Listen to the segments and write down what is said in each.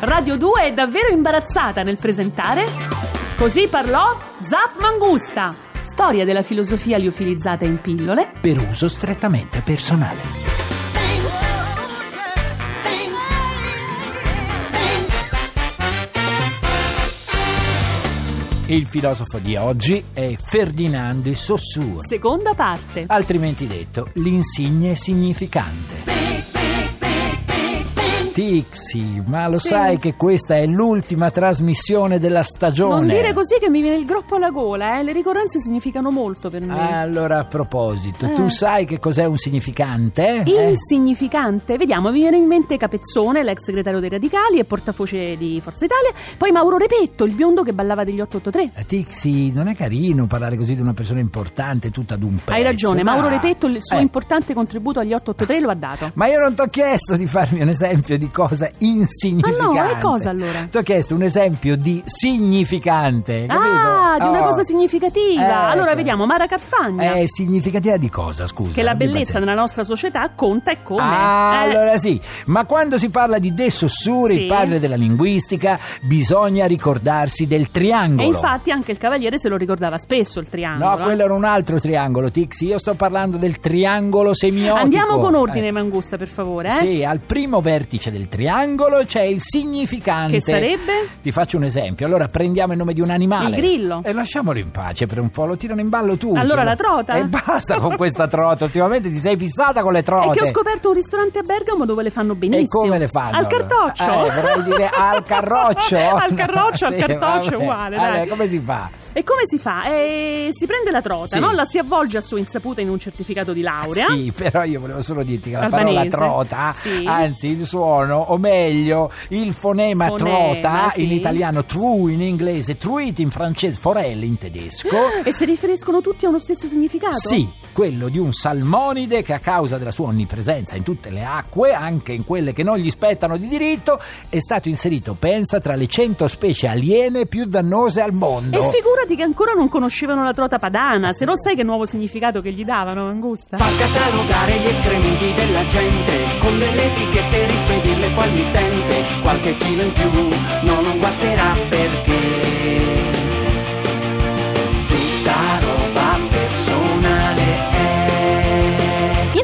Radio 2 è davvero imbarazzata nel presentare Così parlò Zap Mangusta, storia della filosofia liofilizzata in pillole per uso strettamente personale. Il filosofo di oggi è Ferdinand de Saussure, Seconda parte. altrimenti detto l'insigne significante. Tixi, ma lo Sì. sai che questa è l'ultima trasmissione della stagione. Non dire così che mi viene il groppo alla gola, eh. Le ricorrenze significano molto per me. Allora, a proposito, Eh. tu sai che cos'è un significante? Eh? Insignificante, vediamo, mi viene in mente Capezzone, l'ex segretario dei Radicali e portafoce di Forza Italia, poi Mauro Repetto, il biondo che ballava degli 883. Eh, Tixi, non è carino parlare così di una persona importante tutta d'un pezzo. Hai ragione, dai. Mauro Repetto il suo Eh, importante contributo agli 883 lo ha dato. Ma io non ti ho chiesto di farmi un esempio di cosa insignificante. Ah, no, e cosa allora? Ti ho chiesto un esempio di significante, capito? Ah, di una Oh. cosa significativa. Eh, allora ecco. vediamo Mara Carfagna. Eh, significativa di cosa, scusa? che la Abbi bellezza pazienza. nella nostra società conta e come. Ah, Eh, allora sì, ma quando si parla di De Saussure, Sì. il padre della linguistica, bisogna ricordarsi del E triangolo. infatti anche il cavaliere se lo ricordava spesso il triangolo. No, eh. quello era un altro triangolo, Tixi. Io sto parlando del triangolo semiotico. Andiamo con ordine, Eh, Mangusta, per favore. eh. Sì, al primo vertice del triangolo c'è il significante. Che sarebbe? Ti faccio un esempio. Allora prendiamo il nome di un animale. Il grillo. E lasciamolo in pace per un po'. Lo tirano in ballo tutti. Allora la trota? E basta con questa trota. Ultimamente ti sei fissata con le trote. È che ho scoperto un ristorante a Bergamo dove le fanno benissimo. come le fanno, Al allora? cartoccio. Eh, vorrei dire al carroccio. al carroccio, al Sì, cartoccio è vabbè. uguale. Vabbè, dai. come si fa? E come si fa? Eh, si prende la trota, Sì. no? la si avvolge a sua insaputa in un certificato di laurea. Sì, però io volevo solo dirti che la Albanese. parola trota, Sì. anzi il suono, o meglio il fonema, Fonema, trota sì. in italiano, true in inglese, truit in francese, forelle in tedesco. E si riferiscono tutti a uno stesso significato? Sì, quello di un salmonide che a causa della sua onnipresenza in tutte le acque, anche in quelle che non gli spettano di diritto, è stato inserito, pensa, tra le 100 specie aliene più dannose al mondo. E figurati che ancora non conoscevano la trota padana, se no sai che nuovo significato che gli davano, Angusta. Fa catalogare gli escrementi della gente con delle etichette e rispedirle poi al mittente. Qualche chilo in più no, non guasterà perché tutta roba personale è.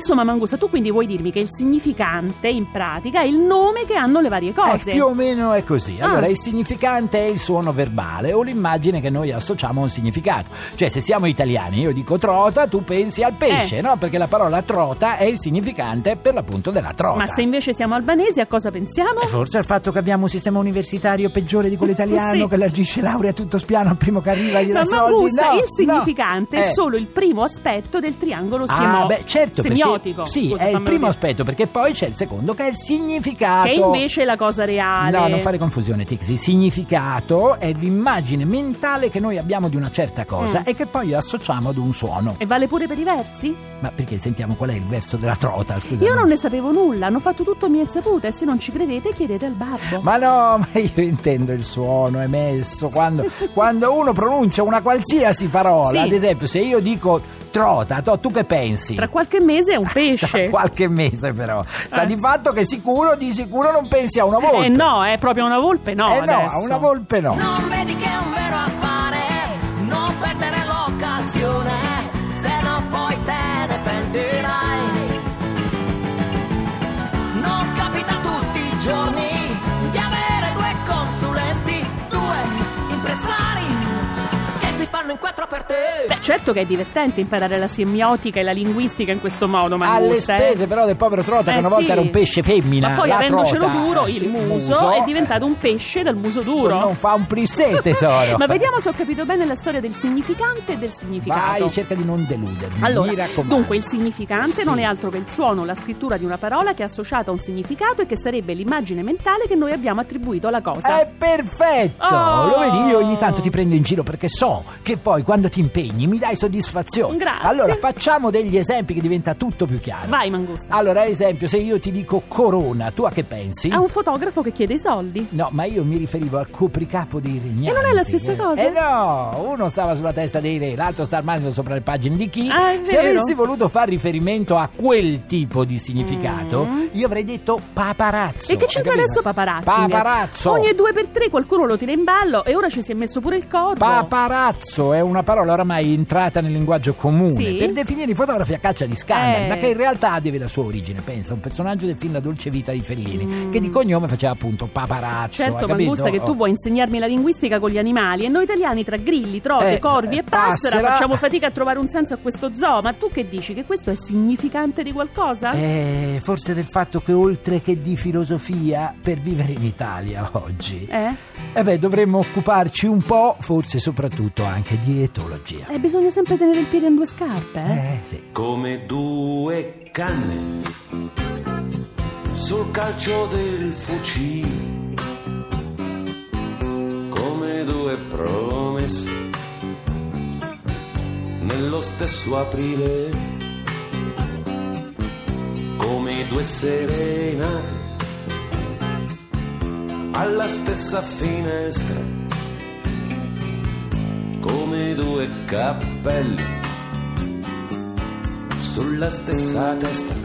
Insomma, Mangusta, tu quindi vuoi dirmi che il significante, in pratica, è il nome che hanno le varie cose. Eh, più o meno è così. Ah. Allora, il significante è il suono verbale o l'immagine che noi associamo a un significato. Cioè, se siamo italiani, io dico trota, tu pensi al pesce, Eh. no? Perché la parola trota è il significante per l'appunto della trota. Ma se invece siamo albanesi, a cosa pensiamo? E forse il fatto che abbiamo un sistema universitario peggiore di quello italiano Sì. che allargisce lauree a tutto spiano al primo che arriva e gli Ma dà soldi. Mangusta, No, il no. significante è Eh. solo il primo aspetto del triangolo Ah, semo- beh, certo, perché- semiotico. sì, Scusa, è il fammelo primo dire. aspetto, perché poi c'è il secondo che è il significato. Che è invece la cosa reale. No, non fare confusione, Tixi. Il significato è l'immagine mentale che noi abbiamo di una certa cosa Mm. e che poi associamo ad un suono. E vale pure per i versi? Ma perché sentiamo qual è il verso della trota? Scusa. Io non ne sapevo nulla, hanno fatto tutto a mia insaputa e se non ci credete chiedete al babbo. Ma no, ma io intendo il suono emesso quando, quando uno pronuncia una qualsiasi parola. Sì. Ad esempio, se io dico trota, to- tu che pensi? Tra qualche mese è un Tra pesce. qualche mese però. Sta Eh. di fatto che sicuro di sicuro non pensi a una volpe. Eh no, è proprio una volpe, no. Eh no, a adesso. una volpe no. Non vedi che è un vero affare, non perdere l'occasione, se no poi te ne pentirai. Non capita tutti i giorni di avere due consulenti, due impresari che si fanno in quattro per te. Beh, c'è certo che è divertente imparare la semiotica e la linguistica in questo modo, Mangusta. Alle eh. spese però del povero trota che Eh, una volta sì. era un pesce femmina. Ma poi la avendocelo trota, duro, eh, il muso, è diventato un pesce dal muso duro. Non fa un plissé tesoro. Ma vediamo se ho capito bene la storia del significante e del significato. Vai, cerca di non deludermi. mi Allora, raccomando. dunque il significante Sì. non è altro che il suono, la scrittura di una parola che è associata a un significato e che sarebbe l'immagine mentale che noi abbiamo attribuito alla cosa. È perfetto! Oh! Lo vedi, io ogni tanto ti prendo in giro perché so che poi quando ti impegni mi dai soddisfazione. Grazie. Allora facciamo degli esempi che diventa tutto più chiaro. Vai Mangusta. Allora, ad esempio, se io ti dico corona, tu a che pensi? È un fotografo che chiede i soldi. No, ma io mi riferivo al copricapo dei regnanti. E non è la stessa cosa? Eh no, uno stava sulla testa dei re, l'altro sta armando sopra le pagine di chi. Ah, è Se vero. avessi voluto far riferimento a quel tipo di significato, io avrei detto paparazzo. Mm. E che c'entra Hai capito? adesso paparazzi? Paparazzo. Ogni due per tre qualcuno lo tira in ballo e ora ci si è messo pure il corpo. Paparazzo è una parola oramai entrata nel linguaggio comune Sì. per definire i fotografi a caccia di scandali, Eh. ma che in realtà deve la sua origine. Pensa, un personaggio del film La dolce vita di Fellini, che di cognome faceva appunto paparazzo. Mm. Certo, hai capito? Mangusta, che tu Oh. vuoi insegnarmi la linguistica con gli animali e noi italiani tra grilli, trote, Eh, corvi e eh, passera, passera. facciamo fatica a trovare un senso a questo zoo. Ma tu che dici? Che questo è significante di qualcosa? Eh, forse del fatto che oltre che di filosofia, per vivere in Italia oggi, Eh? eh beh, dovremmo occuparci un po', forse soprattutto anche di etologia. Eh, bisogna sempre tenere il piede in due scarpe, eh? Eh, sì. come due canne sul calcio del fucile, come due promesse nello stesso aprile, come due serenate alla stessa finestra, come due cappelli sulla stessa testa.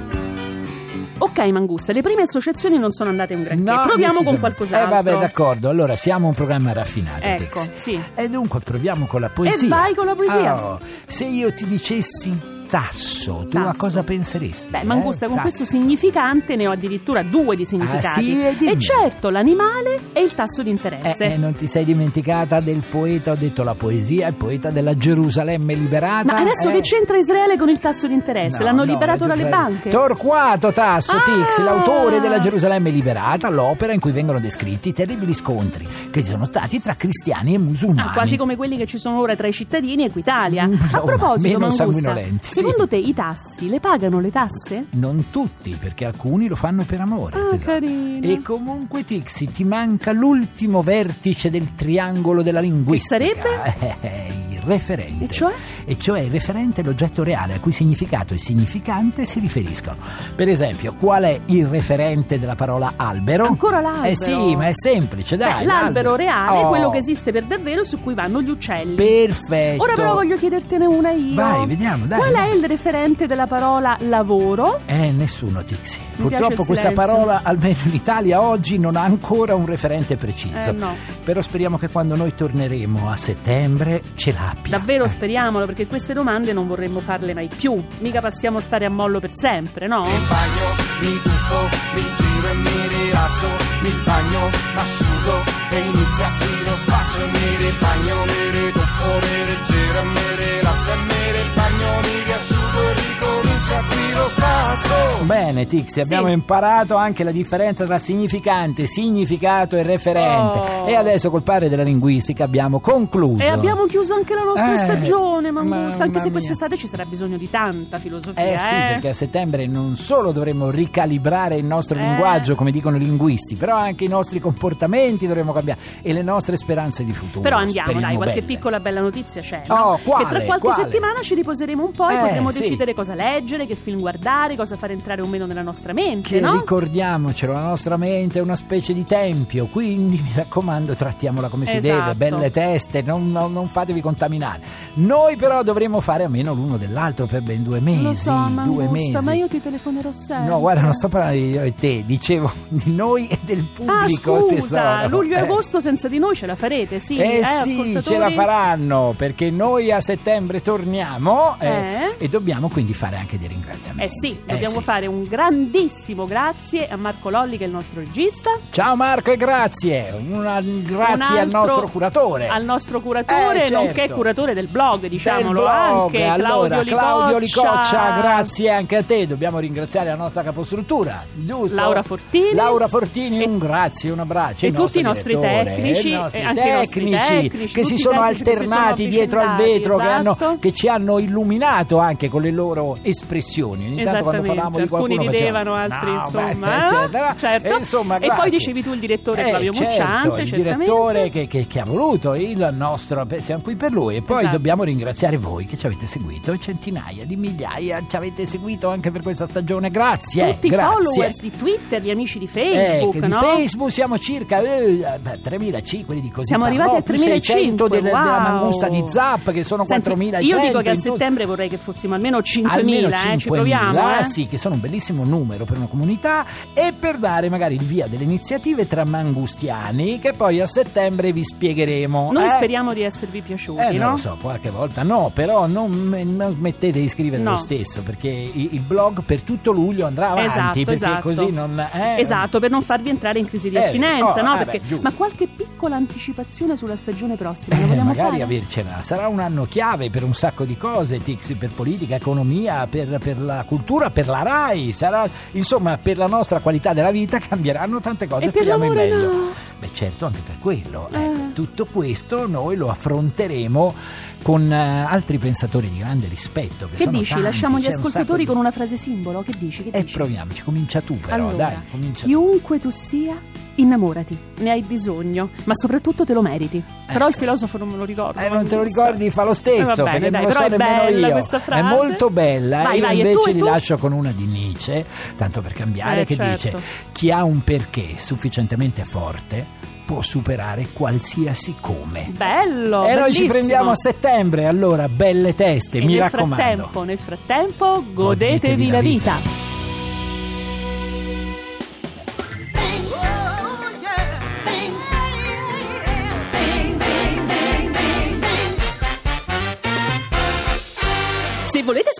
Ok, Mangusta, le prime associazioni non sono andate un granché. No, Proviamo con decisamente. qualcos'altro. Eh, vabbè, d'accordo. Allora, siamo un programma raffinato. Ecco, Tex. sì. E dunque proviamo con la poesia. E vai con la poesia. Oh, se io ti dicessi tasso, tu a Tasso. cosa penseresti? Beh, eh? Mangusta, con Tasso. questo significante ne ho addirittura due di significati. Ah, sì? E dimmi. e certo, l'animale e il tasso di interesse. Eh, eh, non ti sei dimenticata del poeta, ho detto la poesia, il poeta della Gerusalemme liberata. Ma adesso eh? che c'entra Israele con il tasso di interesse? No, L'hanno no, liberato la dalle Gerusalemme- banche? Torquato Tasso Ah! Tix, l'autore della Gerusalemme liberata, l'opera in cui vengono descritti i terribili scontri che ci sono stati tra cristiani e musulmani. Ah, quasi come quelli che ci sono ora tra i cittadini e Equitalia. Mm, A no, proposito, meno Mangusta, sanguinolenti, sì. secondo te i tassi le pagano le tasse? Non tutti, perché alcuni lo fanno per amore. Ah, tesoro. carino. E comunque, Tixi, ti manca l'ultimo vertice del triangolo della linguistica. Che sarebbe? Eh, eh, il referente. E cioè? E cioè il referente è l'oggetto reale a cui significato e significante si riferiscono. Per esempio, qual è il referente della parola albero? Ancora l'albero? Eh sì, ma è semplice, dai. Beh, l'albero reale è Oh, quello che esiste per davvero su cui vanno gli uccelli. Perfetto. Ora però voglio chiedertene una io. Vai, vediamo, dai. Qual è il referente della parola lavoro? Eh, nessuno, Tixi. Mi piace Purtroppo il questa silenzio. parola, almeno in Italia oggi, non ha ancora un referente preciso. Eh, no. Però speriamo che quando noi torneremo a settembre ce l'abbia. Eh. Davvero speriamolo, perché queste domande non vorremmo farle mai più. Mica passiamo a stare a mollo per sempre, no? Eh, bagno, mi tuffo, mi giro e mi rilasso, mi bagno, mi asciugo e inizia qui lo spasso, mi ribagno, mi riduffo, mi rigiro e mi rilasso e mi ribagno, mi riasciugo e ricomincia qui lo spasso. Oh, Bene, Tixi, abbiamo Sì. imparato anche la differenza tra significante, significato e referente. Oh. E adesso col padre della linguistica abbiamo concluso. E abbiamo chiuso anche la nostra Eh, stagione, Mangusta, anche mamma se mia. quest'estate ci sarà bisogno di tanta filosofia. Eh sì, perché a settembre non solo dovremo ricalibrare il nostro Eh. linguaggio, come dicono i linguisti, però anche i nostri comportamenti dovremo cambiare e le nostre speranze di futuro. Però andiamo, speriamo dai, qualche belle. piccola bella notizia c'è. Oh, no? quale? che tra qualche Quale? settimana ci riposeremo un po' e Eh, potremo sì. decidere cosa leggere, che film guardare, cosa fare entrare o meno nella nostra mente, Che no? ricordiamocelo, la nostra mente è una specie di tempio, quindi mi raccomando trattiamola come si Esatto. deve, belle teste, non, non- non fatevi contaminare. Noi però dovremo fare a meno l'uno dell'altro per ben due mesi. Lo so, due Mangusta, mesi. ma io ti telefonerò sempre. No, guarda, non sto parlando di io e te, dicevo di noi e del Ah, pubblico. scusa, tesoro. luglio e Eh. agosto senza di noi ce la farete, sì? Eh, sì, ascoltatori? ce la faranno perché noi a settembre torniamo eh, Eh? e dobbiamo quindi fare anche dei ringraziamenti. Eh sì, dobbiamo sì. fare un grandissimo grazie a Marco Lolli che è il nostro regista. Ciao Marco e grazie. Una- grazie Un al altro- nostro curatore. Al nostro curatore, Eh, certo. nonché curatore del blog, diciamolo Del blog, anche, allora, Claudio Licoccia. Claudio Licoccia, grazie anche a te. Dobbiamo ringraziare la nostra capostruttura, giusto? Laura Fortini. Laura Fortini, E- un grazie, un abbraccio. e Il tutti i nostro nostri direttore, eh, tecnici, i nostri e anche i nostri tecnici tecnici, che tutti si i sono tecnici che si sono alternati dietro al avvicendati, vetro, che, hanno- esatto. che ci hanno illuminato anche con le loro espressioni. Ogni tanto quando Esattamente, parlavamo di alcuni qualcuno ridevano, facevano, altri "No, beh, insomma, eccetera". certo. E, insomma, E poi grazie. dicevi tu il direttore Eh, Flavio certo, Mucciante, il certamente. direttore che, che- che ha voluto il nostro beh, siamo qui per lui e poi Esatto. dobbiamo ringraziare voi che ci avete seguito centinaia di migliaia ci avete seguito anche per questa stagione grazie Tutti i grazie. followers di Twitter, gli amici di Eh, Facebook, che di no? Facebook siamo circa eh, beh, 3.500 quelli di così Siamo parlò, arrivati a più 3.500 600 del- wow. della mangusta di Zap che sono Senti, 4.000 Io dico che a settembre vorrei che fossimo almeno 5.000, almeno 5.000, eh, ci proviamo. eh. sì, che sono un bellissimo numero per una comunità e per dare magari il via delle iniziative tra mangustiani che poi a settembre vi spiegheremo. Noi eh. speriamo di esservi piaciuti, Eh, non no? lo so, qualche volta no, però non, non smettete di scrivere No. lo stesso, perché i- il blog per tutto luglio andrà avanti, Esatto, perché esatto. così non... eh, Esatto, per non farvi entrare in crisi di Eh, astinenza, oh, no? eh, beh, Perché- giusto. ma qualche piccola anticipazione sulla stagione prossima, Eh, la vogliamo magari fare? avercela, sarà un anno chiave per un sacco di cose, Tix, per politica, economia, per, per la cultura, per la RAI, sarà insomma per la nostra qualità della vita cambieranno tante cose, E per speriamo in l'amore meglio. no? Beh certo, anche per quello. Ecco, Eh. tutto questo noi lo affronteremo con eh, altri pensatori di grande rispetto. Che, Che sono dici? tanti, Lasciamo gli c'è un sacco ascoltatori di- con una frase simbolo? Che dici? Che E dici? proviamoci, comincia tu però, allora, dai, comincia tu. chiunque tu sia, innamorati, ne hai bisogno, ma soprattutto te lo meriti. Però il Ecco. filosofo non me lo ricordo. Eh, non te lo giusto. ricordi, fa lo Eh, stesso, va bene, dai, perché non lo però so è nemmeno bella io. questa frase. È molto bella, eh, Vai, io vai, e tu, invece e vi tu? lascio con una di Nietzsche, tanto per cambiare, Eh, che certo. dice chi ha un perché sufficientemente forte può superare qualsiasi come. Bello! e noi ci bellissimo. prendiamo a settembre, allora belle teste, E mi nel raccomando. Frattempo, nel frattempo, godetevi la vita. Se volete